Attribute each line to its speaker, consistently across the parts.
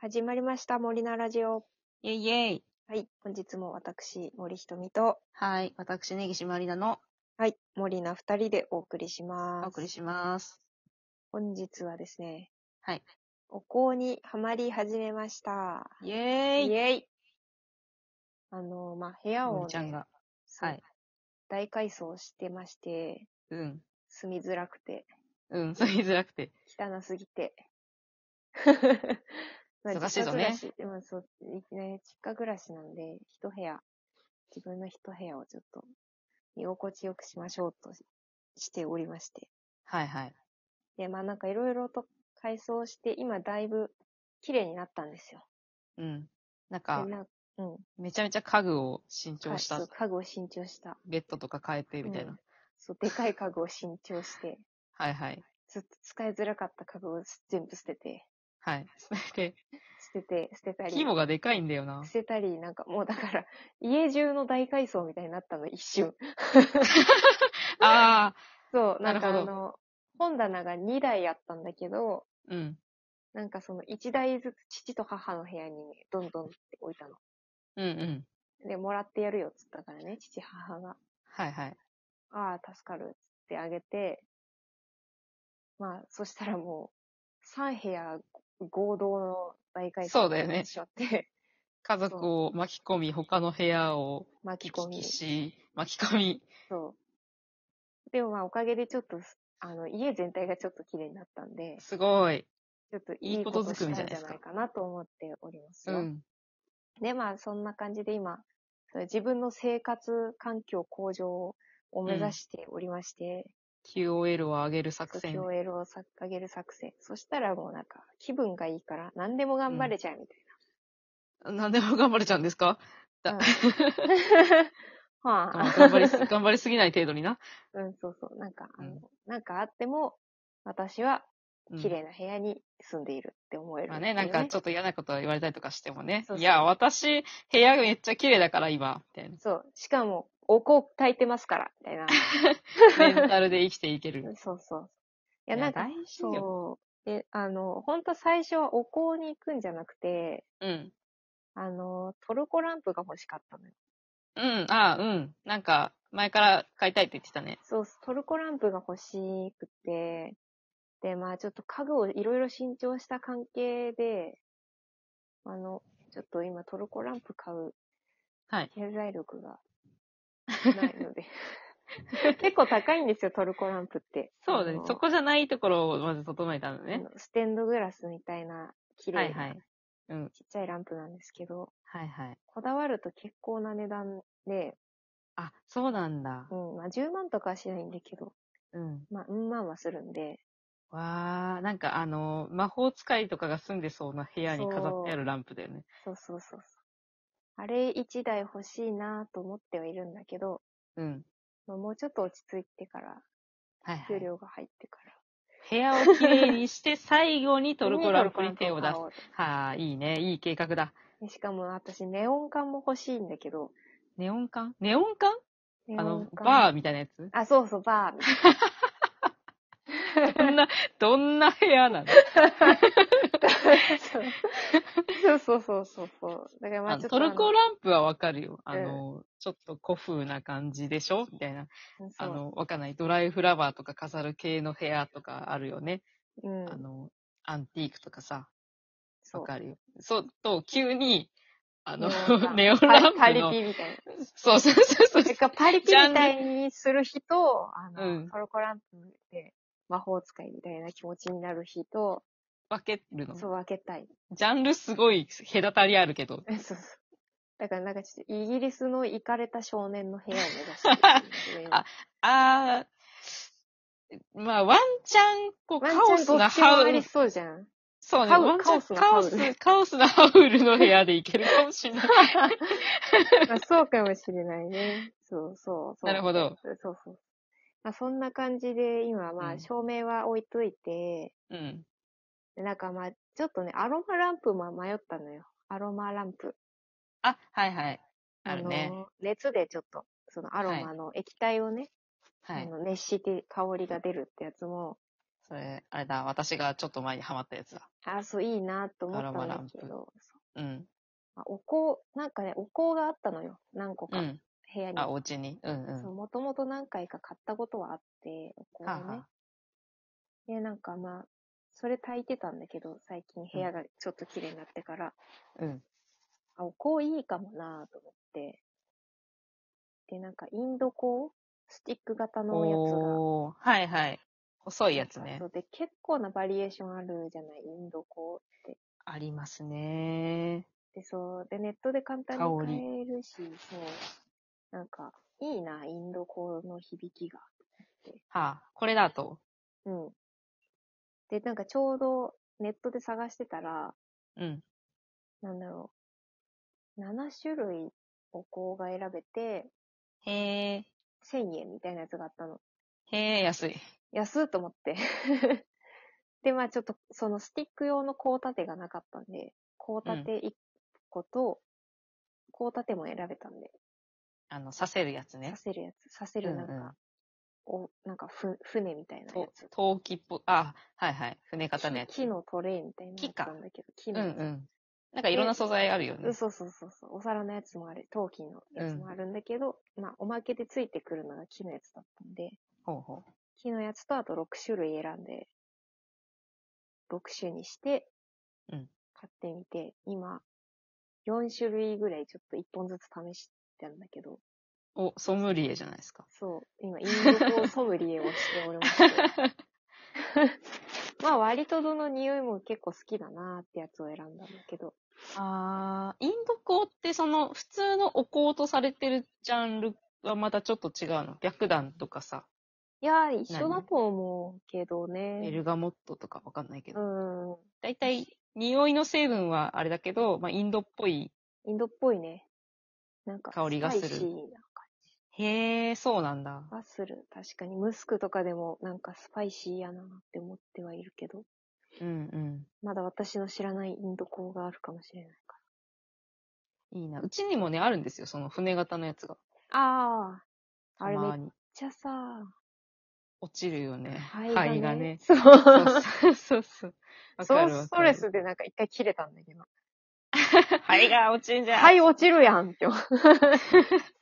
Speaker 1: 始まりました、森菜ラジオ。
Speaker 2: イェイイェイ。
Speaker 1: はい、本日も私、森ひとみと、
Speaker 2: はい。私、根岸まりなの、
Speaker 1: はい、森菜二人でお送りします。
Speaker 2: お送りします。
Speaker 1: 本日はですね、
Speaker 2: はい。
Speaker 1: お香にはまり始めました。
Speaker 2: イェ
Speaker 1: イ
Speaker 2: イ。
Speaker 1: ェイあの、まあ、部屋を、
Speaker 2: も
Speaker 1: ね、
Speaker 2: みちゃんが。
Speaker 1: そう
Speaker 2: はい
Speaker 1: 大改装してまして、
Speaker 2: うん。
Speaker 1: 住みづらくて、
Speaker 2: うん。そう言いづらくて。
Speaker 1: 汚すぎて。
Speaker 2: 忙しいぞ
Speaker 1: 実家暮
Speaker 2: ね
Speaker 1: らし。でもそう、ね、実家暮らしなんで、一部屋、自分の一部屋をちょっと、居心地よくしましょうとししておりまして。
Speaker 2: はいはい。
Speaker 1: で、まあなんかいろいろと改装して、今だいぶ綺麗になったんですよ。
Speaker 2: うん。な
Speaker 1: で
Speaker 2: んか、
Speaker 1: なうん。
Speaker 2: めちゃめちゃ家具を新調し
Speaker 1: かそ
Speaker 2: た
Speaker 1: う。家具を新調した。
Speaker 2: ベッドとか変えてみたいな。
Speaker 1: うんそう、でかい家具を新調して、
Speaker 2: はいはい。
Speaker 1: ずっと使いづらかった家具を全部捨てて、
Speaker 2: はい。で、
Speaker 1: 捨てて、捨てたり。
Speaker 2: 規模がでかいんだよ な。
Speaker 1: 捨てたり、なんかもうだから、 家中の大改装みたいになったの、一瞬。
Speaker 2: ああ。
Speaker 1: そう、なんかあ
Speaker 2: なるほど
Speaker 1: の、本棚が2台あったんだけど、
Speaker 2: うん。
Speaker 1: なんかその1台ずつ父と母の部屋にね、どんどんって置いたの。
Speaker 2: うんうん。
Speaker 1: で、もらってやるよっつったからね、父母が。
Speaker 2: はいはい。
Speaker 1: ああ、助かるっつってあげて、まあ、そしたらもう、3部屋合同の大改
Speaker 2: そ
Speaker 1: 装
Speaker 2: うだよ
Speaker 1: になっ
Speaker 2: ね
Speaker 1: てしまって、
Speaker 2: 家族を巻き込み、他の部屋を
Speaker 1: 巻き込み。
Speaker 2: し、巻き込み。
Speaker 1: そう。でもまあ、おかげでちょっと、あの、家全体がちょっと綺麗になったんで、
Speaker 2: すごい。
Speaker 1: ちょっとい
Speaker 2: い
Speaker 1: い
Speaker 2: い
Speaker 1: こ
Speaker 2: ことと
Speaker 1: づ
Speaker 2: づ
Speaker 1: く
Speaker 2: く
Speaker 1: み
Speaker 2: み
Speaker 1: じ
Speaker 2: じ
Speaker 1: ゃ
Speaker 2: ゃ
Speaker 1: な
Speaker 2: な
Speaker 1: で
Speaker 2: いいで
Speaker 1: か
Speaker 2: すすか
Speaker 1: なと思っております
Speaker 2: う
Speaker 1: よ。
Speaker 2: ん。
Speaker 1: で、まあそんな感じで今、そう自分の生活環境向上を目指しておりまして、
Speaker 2: QOL を上げる作戦。
Speaker 1: 共 l をさ上げる作戦。そしたらもうなんか気分がいいから何でも頑張れちゃうみたい
Speaker 2: 何でも頑張れちゃうんですか
Speaker 1: な。
Speaker 2: うん
Speaker 1: うん は
Speaker 2: あ
Speaker 1: あ、
Speaker 2: 頑 張りす、頑張りすぎない程度にな。
Speaker 1: うん、そうそう。なんか、あの
Speaker 2: うん
Speaker 1: なんかあっても、私は
Speaker 2: うん
Speaker 1: 綺麗な部屋に住んでいるって思える、
Speaker 2: まあね、なんかちょっと嫌なこと言われたりとかしてもね。
Speaker 1: そうそう
Speaker 2: いや、私、部屋めっちゃ綺麗だから今、みた い
Speaker 1: そう。しかも、お香炊いてますから、みた いな。
Speaker 2: な。メンタルで生きていける。
Speaker 1: そうそう。い
Speaker 2: い
Speaker 1: や、なんか、
Speaker 2: 大事よ。
Speaker 1: そう。え、あの、本当最初はお香に行くんじゃなくて、
Speaker 2: うん。
Speaker 1: あの、トルコランプが欲しかったのよ。
Speaker 2: うん、ああ、うん。なんか、前から買いたいって言ってたね。
Speaker 1: そう、トルコランプが欲しくて、で、まあちょっと家具をいろいろ新調した関係で、あの、ちょっと今トルコランプ買う
Speaker 2: はい。
Speaker 1: 経済力がないの で。結構高いんですよ、トルコランプって。
Speaker 2: そうだね
Speaker 1: あ。の
Speaker 2: そこじゃないところをまず整えたの
Speaker 1: あ
Speaker 2: ね
Speaker 1: の。ステンドグラスみたいな、綺
Speaker 2: は
Speaker 1: 麗
Speaker 2: いは。
Speaker 1: ない
Speaker 2: うん。
Speaker 1: ちっちゃいランプなんですけど、
Speaker 2: はいはい。
Speaker 1: こだわると結構な値段で、
Speaker 2: あ、そうなんだ
Speaker 1: う。ん、まあ10万とかはしないんだけど、
Speaker 2: うん。
Speaker 1: まあ、うんまんはするんで、
Speaker 2: わー、なんかあの、魔法使いとかが住んでそうな部屋に飾ってあるランプだよね。
Speaker 1: そうそうそうそう。あれ1台欲しいなと思ってはいるんだけど、
Speaker 2: うん。
Speaker 1: まあもうちょっと落ち着いてから、
Speaker 2: はいはい
Speaker 1: 給。料が入ってから。
Speaker 2: 部屋をきれいにして、最後にトルコランプに手を出す
Speaker 1: トルコ。ランプを買
Speaker 2: はあ、いいね。いい計画だ。
Speaker 1: おうとしかも私、ネオン管も欲しいんだけど、
Speaker 2: ネオン管ネオン管
Speaker 1: ネ
Speaker 2: あの、
Speaker 1: ー
Speaker 2: バーみたいなや つ
Speaker 1: あ、そうそう、バー みたいな。
Speaker 2: どんな、どんな部屋なの
Speaker 1: そうそうそうそうそう。だからま
Speaker 2: あ
Speaker 1: あ
Speaker 2: の
Speaker 1: ちょっと
Speaker 2: トルコランプはわかるよ。
Speaker 1: ん
Speaker 2: あの、ちょっと古風な感じでしょみたいな。
Speaker 1: ン
Speaker 2: あ、の、わかんない。ドライフラワーとか飾る系の部屋とかあるよね。
Speaker 1: そううん、
Speaker 2: あの、アンティークとかさ。
Speaker 1: そ
Speaker 2: わ
Speaker 1: う
Speaker 2: かるよ。そう、と、急に、あの、
Speaker 1: ネ オ
Speaker 2: ネオ
Speaker 1: ン
Speaker 2: ン
Speaker 1: 管
Speaker 2: ランプ
Speaker 1: パリ
Speaker 2: の。
Speaker 1: ピみたいな。
Speaker 2: そうそうそう
Speaker 1: て
Speaker 2: そう。
Speaker 1: か、パリピみたいにする日と、あの、
Speaker 2: うん
Speaker 1: トルコランプで魔法使いみたいな気持ちになる日と、
Speaker 2: 分けるの。
Speaker 1: そう分けたい。
Speaker 2: ジャンルすごい隔たりあるけど。
Speaker 1: そうそう。だからなんかちょっとイギリスのイカれた少年の部屋を目指してるんですよ今
Speaker 2: ああー、まあ、ワンチャン、こう、
Speaker 1: ワン
Speaker 2: カ
Speaker 1: チ
Speaker 2: オ
Speaker 1: ャン
Speaker 2: ス
Speaker 1: ど
Speaker 2: な
Speaker 1: っちも
Speaker 2: ハ
Speaker 1: あ
Speaker 2: ウ
Speaker 1: り
Speaker 2: ル、
Speaker 1: そうじゃん。
Speaker 2: そうね、
Speaker 1: ハウ
Speaker 2: ワンチャン
Speaker 1: カ
Speaker 2: カ
Speaker 1: オ
Speaker 2: オ
Speaker 1: ス
Speaker 2: ス
Speaker 1: なハウル、
Speaker 2: カオスなハウルの部屋でいけるかもしれ ない。
Speaker 1: まあ、そうかもしれないね。そうそうそう。
Speaker 2: なるほど。
Speaker 1: そうそう。まあ、そんな感じで、今、ま
Speaker 2: う
Speaker 1: あ、
Speaker 2: ん
Speaker 1: 照明は置いといて、
Speaker 2: うん。
Speaker 1: なんかまあ、ちょっとね、アロマランプも迷ったのよ。アロマランプ。
Speaker 2: あ、はいはい。あるね。
Speaker 1: の、熱でちょっと、そのアロマの液体をね、
Speaker 2: はい
Speaker 1: あ。の熱して香りが出るってやつも、
Speaker 2: それ、あれだ、私がちょっと前にハマったやつだ。
Speaker 1: あ、そう、いいなと思った
Speaker 2: ドラマラ
Speaker 1: ん
Speaker 2: ン
Speaker 1: だ
Speaker 2: プ
Speaker 1: けど、そう
Speaker 2: うん。
Speaker 1: あお香、なんかね、お香があったのよ。何個
Speaker 2: う
Speaker 1: か、
Speaker 2: ん。
Speaker 1: 部屋に。
Speaker 2: あ、お家に。うんうん。
Speaker 1: そう、もともと何回か買ったことはあって、お香
Speaker 2: は
Speaker 1: を
Speaker 2: あ
Speaker 1: ね
Speaker 2: は。
Speaker 1: で、なんかまあ、それ炊いてたんだけど、最近部屋がちょっと綺麗になってから、
Speaker 2: あ、うん。
Speaker 1: あ、お香いいかもなぁと思って。で、なんかインド香スティック型のやつが。
Speaker 2: おー、はいはい。細いやつ
Speaker 1: なんか
Speaker 2: ね
Speaker 1: そ。うで、結構なバリエーションあるじゃない、インド香って。
Speaker 2: ありますね。
Speaker 1: で、そう、で、ネットで簡単に
Speaker 2: 香り
Speaker 1: 買えるし、そう。なんか、いいな、インド香の響きが。
Speaker 2: はあ、これだと。
Speaker 1: うん。で、なんかちょうどネットで探してたら、
Speaker 2: うん。
Speaker 1: なんだろう。7種類お香が選べて、
Speaker 2: へえ、
Speaker 1: 1000円みたいなやつがあったの。
Speaker 2: へえ、安い。
Speaker 1: 安っと思って。 で、まあちょっと、そのスティック用の香立てがなかったんで、香立て1個と、香立ても選べたんで、
Speaker 2: あの、刺せるやつね
Speaker 1: 刺。せるやつ、刺せるなんか、
Speaker 2: うんうん
Speaker 1: おなんかふ、船みたいなや
Speaker 2: と
Speaker 1: つ。
Speaker 2: 陶器っぽ、あ、はいはい。船型のやつ。
Speaker 1: 木のトレイみたいなや
Speaker 2: 木
Speaker 1: つ
Speaker 2: か
Speaker 1: なんだけど、木
Speaker 2: うんう
Speaker 1: のやつ。
Speaker 2: ん。なんかいろんな素材あるよ
Speaker 1: う
Speaker 2: ね
Speaker 1: ん、。そうそうそうそう。お皿のやつもある、陶器のやつもあるんだけど、まあ、おまけでついてくるのが木のやつだったんで、
Speaker 2: ほうほう。
Speaker 1: 木のやつとあと6種類選んで、6種にして、
Speaker 2: うん
Speaker 1: 買ってみて、今、4種類ぐらいちょっと1本ずつ試してんだけど、
Speaker 2: お、ソムリエじゃないですか。
Speaker 1: そう、今、インドコソムリエをしておりまして。 まあ、割とどの匂いも結構好きだなーってやつを選んだんだけど、
Speaker 2: あー、インド香ってその普通のお香とされてるジャンルはまたちょっと違うの。白檀とかさ、
Speaker 1: いやー、一緒だと思うけど
Speaker 2: ベ
Speaker 1: ね。
Speaker 2: ルガモットとかわかんないけ
Speaker 1: う
Speaker 2: ど。
Speaker 1: ん。
Speaker 2: だいたい匂いの成分はあれだけど、まあインドっぽい。
Speaker 1: インドっぽいね。なんか、
Speaker 2: 香りがする
Speaker 1: スパイシーな感
Speaker 2: へー、そうなんだ
Speaker 1: じ。がする。確かに、ムスクとかでもなんかスパイシーやなって思ってはいるけど、
Speaker 2: うん
Speaker 1: まだ私の知らないインド香があるかもしれないか
Speaker 2: うん。いいな。うちにもね、あるんですよ。その船型のやつが。
Speaker 1: ら。ああ、
Speaker 2: た
Speaker 1: あれめ
Speaker 2: ま
Speaker 1: っ
Speaker 2: に
Speaker 1: ちゃさ、
Speaker 2: 落ちるよね。
Speaker 1: 肺
Speaker 2: 肺がね。
Speaker 1: そう。
Speaker 2: そうそうそうそう。わか
Speaker 1: そ
Speaker 2: る
Speaker 1: う、
Speaker 2: わ
Speaker 1: ス
Speaker 2: か
Speaker 1: ト
Speaker 2: る
Speaker 1: レスでなんか一回切れたんだけど。
Speaker 2: 肺が落ちんじゃん。
Speaker 1: はい、落ちるやんって思う。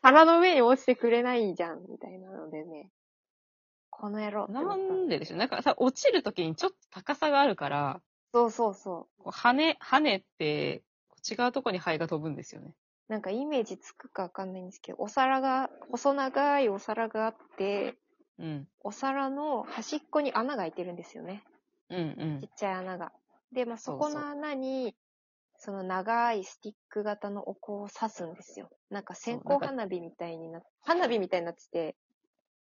Speaker 1: 皿の上に落ちてくれないじゃん、みたいなのでね。この野郎って思
Speaker 2: な
Speaker 1: った
Speaker 2: んで
Speaker 1: だ
Speaker 2: で
Speaker 1: け
Speaker 2: しょ
Speaker 1: ど
Speaker 2: うなんかさ、落ちるときにちょっと高さがあるから、
Speaker 1: そうそうそう。
Speaker 2: こう羽、羽って、こう違うとこに灰が飛ぶんですよね。
Speaker 1: なんかイメージつくかわかんないんですけど、お皿が、細長いお皿があって、
Speaker 2: うん。
Speaker 1: お皿の端っこに穴が開いてるんですよね。
Speaker 2: うんうん
Speaker 1: ちっ。ちゃい穴が。で、まあ、そ
Speaker 2: そ
Speaker 1: う
Speaker 2: そう
Speaker 1: この穴に、その長いスティック型のお香を刺すんですよ。なんか線
Speaker 2: そうなん
Speaker 1: 香
Speaker 2: か
Speaker 1: 花火みたいになっ花火みたいになってて、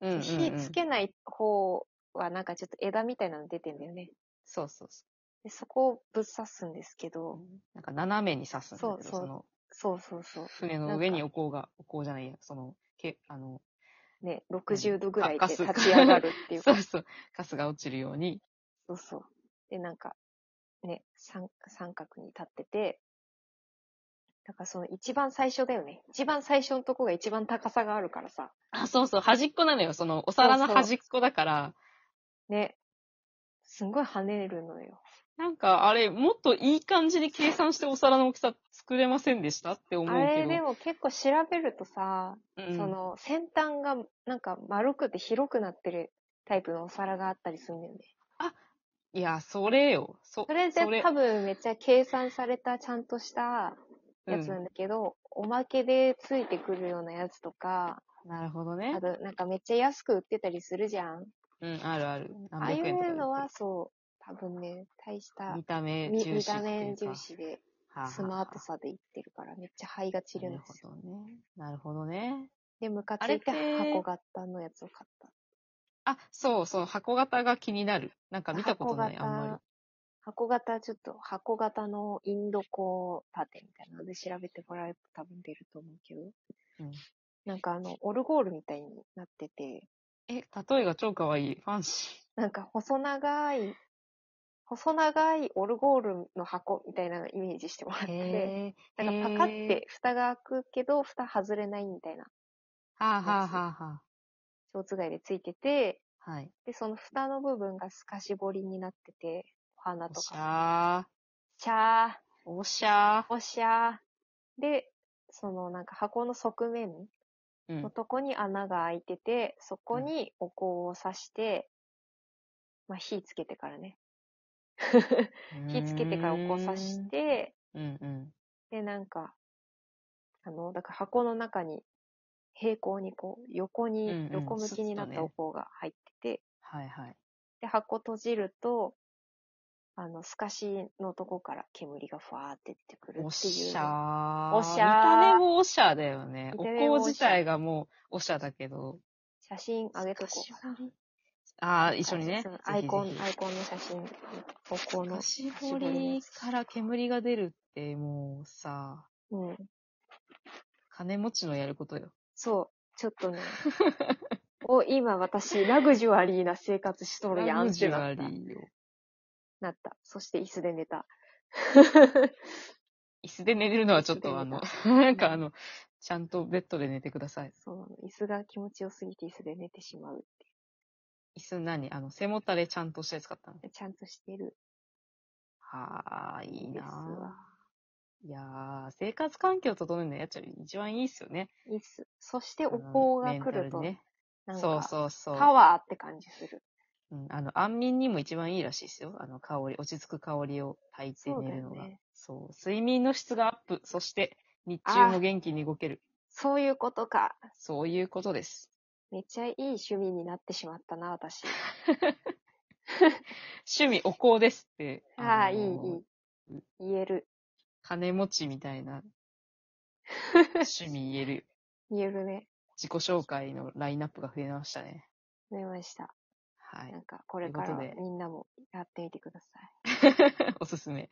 Speaker 2: うんうん、うん。
Speaker 1: 火つけない方はなんかちょっと枝みたいなの出てんだよね。
Speaker 2: そうそうそ
Speaker 1: でそこをぶっ刺すんですけ
Speaker 2: う
Speaker 1: ど、。
Speaker 2: なんか斜めに刺すんだ
Speaker 1: そう
Speaker 2: けど、
Speaker 1: そう
Speaker 2: その
Speaker 1: そうそうそう。
Speaker 2: 船の上にお香が、お香じゃないや、その、け、あの、
Speaker 1: ね、60度ぐらいで
Speaker 2: かかす
Speaker 1: 立ち上がるっていう
Speaker 2: そ
Speaker 1: か
Speaker 2: う。そう、カスが落ちるように。
Speaker 1: そうそう。で、なんか、ね、三三角に立ってて、だからその一番最初だよね。一番最初のとこが一番高さがあるからさ。
Speaker 2: あ、そうそう、端っこなのよ。その、お皿
Speaker 1: そ
Speaker 2: の
Speaker 1: うそう
Speaker 2: 端っこだから、
Speaker 1: ね。すんごい跳ねるのよ。
Speaker 2: なんか、あれ、もっといい感じに計算してお皿の大きさ作れませんでしたって思う
Speaker 1: あ
Speaker 2: けど。
Speaker 1: れでも結構調べるとさ、
Speaker 2: うん、
Speaker 1: その先端がなんか丸くて広くなってるタイプのお皿があったりするんだよね。
Speaker 2: いや、それよ。そ
Speaker 1: それ
Speaker 2: それ
Speaker 1: で多分めっちゃ計算されたちゃんとしたやつ
Speaker 2: う
Speaker 1: なんだけど、おまけでついてくるようなやつとか、
Speaker 2: ん、なるほど
Speaker 1: あ
Speaker 2: ね。
Speaker 1: と、なんかめっちゃ安く売ってたりするじゃん。
Speaker 2: うん、あるある。
Speaker 1: ああ
Speaker 2: 何
Speaker 1: い
Speaker 2: 百円とかで売って
Speaker 1: う
Speaker 2: る
Speaker 1: のは、そう、多分ね、大した
Speaker 2: 見た目
Speaker 1: 見
Speaker 2: 重
Speaker 1: 見
Speaker 2: 視ったてい
Speaker 1: 目
Speaker 2: うか。
Speaker 1: 重視で、
Speaker 2: はあはあ
Speaker 1: スマートさでいってるから、めっちゃ灰が散るんですよ。
Speaker 2: なるほどね。なるほどね。
Speaker 1: で、ムカつ
Speaker 2: あれっ
Speaker 1: いて
Speaker 2: て
Speaker 1: 箱型のやつを買っ
Speaker 2: あ、そうそう、箱型が気になる。なんか
Speaker 1: た。
Speaker 2: 見たことない、あ
Speaker 1: 箱型、箱
Speaker 2: んま
Speaker 1: 型、ちょっと箱型のインドコ立てみたいなので調べてもらえると多分出ると思うけど。
Speaker 2: うん
Speaker 1: なんかあの、オルゴールみたいになってて、
Speaker 2: り。え、例えが超可愛い。ファンシ
Speaker 1: なんか細長い、細長いオルゴールの箱みたいなのをイメージしてもらっ
Speaker 2: ー。
Speaker 1: て、
Speaker 2: へ
Speaker 1: なん
Speaker 2: ー
Speaker 1: かパカって。蓋が開くけど、蓋外れないみたいな、
Speaker 2: はあはあはあは
Speaker 1: ショーツ外でついてて、
Speaker 2: あ。はい。
Speaker 1: で、その蓋の部分が透かし彫りになってて、お花
Speaker 2: お
Speaker 1: と
Speaker 2: し
Speaker 1: か。
Speaker 2: ゃ
Speaker 1: シャー、
Speaker 2: ー。おしゃ
Speaker 1: おしゃー。で、そのなんか箱の側面
Speaker 2: ー。うん
Speaker 1: の。とこに穴が開いてて、そこにお香を刺して、まあ火つけてからね。 火つけてからお香刺して、
Speaker 2: うんうん。
Speaker 1: で、なんか、あの、だから箱の中に平行にこう、横に、
Speaker 2: うんうん
Speaker 1: 横向きになっ
Speaker 2: スッ
Speaker 1: た
Speaker 2: と
Speaker 1: お
Speaker 2: ね
Speaker 1: 香が入ってて、
Speaker 2: はいはい。
Speaker 1: で、箱閉じると、あの、透かしのとこから煙がふわーって出てくる
Speaker 2: お
Speaker 1: っていう
Speaker 2: し
Speaker 1: の。
Speaker 2: ゃー。
Speaker 1: おしゃー
Speaker 2: 見た目もおしゃーだよね。
Speaker 1: 見
Speaker 2: お
Speaker 1: た目もおしゃー
Speaker 2: 香自体がもうおしゃーだけど。
Speaker 1: 写真あげとこうかな。
Speaker 2: あー、一緒にね
Speaker 1: そう。アイコン
Speaker 2: ぜひぜ、ひ
Speaker 1: アイコンの写真、お香の
Speaker 2: 菓。子掘りから煙が出るってもうさ、
Speaker 1: うん。
Speaker 2: 金持ちのやることよ。
Speaker 1: そう。ちょっとね。お、今私、ラグジュアリーな生活しとるやんってな
Speaker 2: ラ
Speaker 1: っ
Speaker 2: グジュ
Speaker 1: た
Speaker 2: ア。リーよ。
Speaker 1: なった。そして椅子で寝た。
Speaker 2: 椅子で寝れるのはちょっとあの
Speaker 1: 椅、
Speaker 2: なんかあの、ちゃんとベッドで寝てください。
Speaker 1: そうなの。椅子が気持ちよすぎて椅子で寝てしまうっ
Speaker 2: 椅子何あの、背もたれちゃんとしたやつ買ったの。
Speaker 1: て。ちゃんとしてる。
Speaker 2: はー、いい
Speaker 1: いいですわ
Speaker 2: なぁ。いやー、生活環境整えるのやっちゃ一番いいっすよね。
Speaker 1: いいっす。そしてお香が来る
Speaker 2: あの
Speaker 1: と、
Speaker 2: メンタ
Speaker 1: な
Speaker 2: ル
Speaker 1: ん
Speaker 2: ね。そう
Speaker 1: か、
Speaker 2: そうそう。
Speaker 1: パワーって感じする。
Speaker 2: うん、あの、安眠にも一番いいらしいですよ。あの、香り、落ち着く香りを焚いて
Speaker 1: そう
Speaker 2: 寝
Speaker 1: だ
Speaker 2: る
Speaker 1: よ
Speaker 2: のが。
Speaker 1: ね。
Speaker 2: そう。睡眠の質がアップ。そして、日
Speaker 1: あ
Speaker 2: 中
Speaker 1: ー
Speaker 2: も元気に動ける。
Speaker 1: そういうことか。
Speaker 2: そういうことです。
Speaker 1: めっちゃいい趣味になってしまったな、私。
Speaker 2: 趣味お香ですって。
Speaker 1: ああ、
Speaker 2: の
Speaker 1: いい、い
Speaker 2: ー
Speaker 1: い。言える。
Speaker 2: 金持ちみたい な趣味言える。
Speaker 1: 言えるね。
Speaker 2: 自己紹介のラインナップが増えましたね。
Speaker 1: 思いました。
Speaker 2: は。
Speaker 1: ない んか、これから
Speaker 2: と
Speaker 1: は
Speaker 2: いうことで
Speaker 1: みんなもやってみてください。
Speaker 2: おすすめ。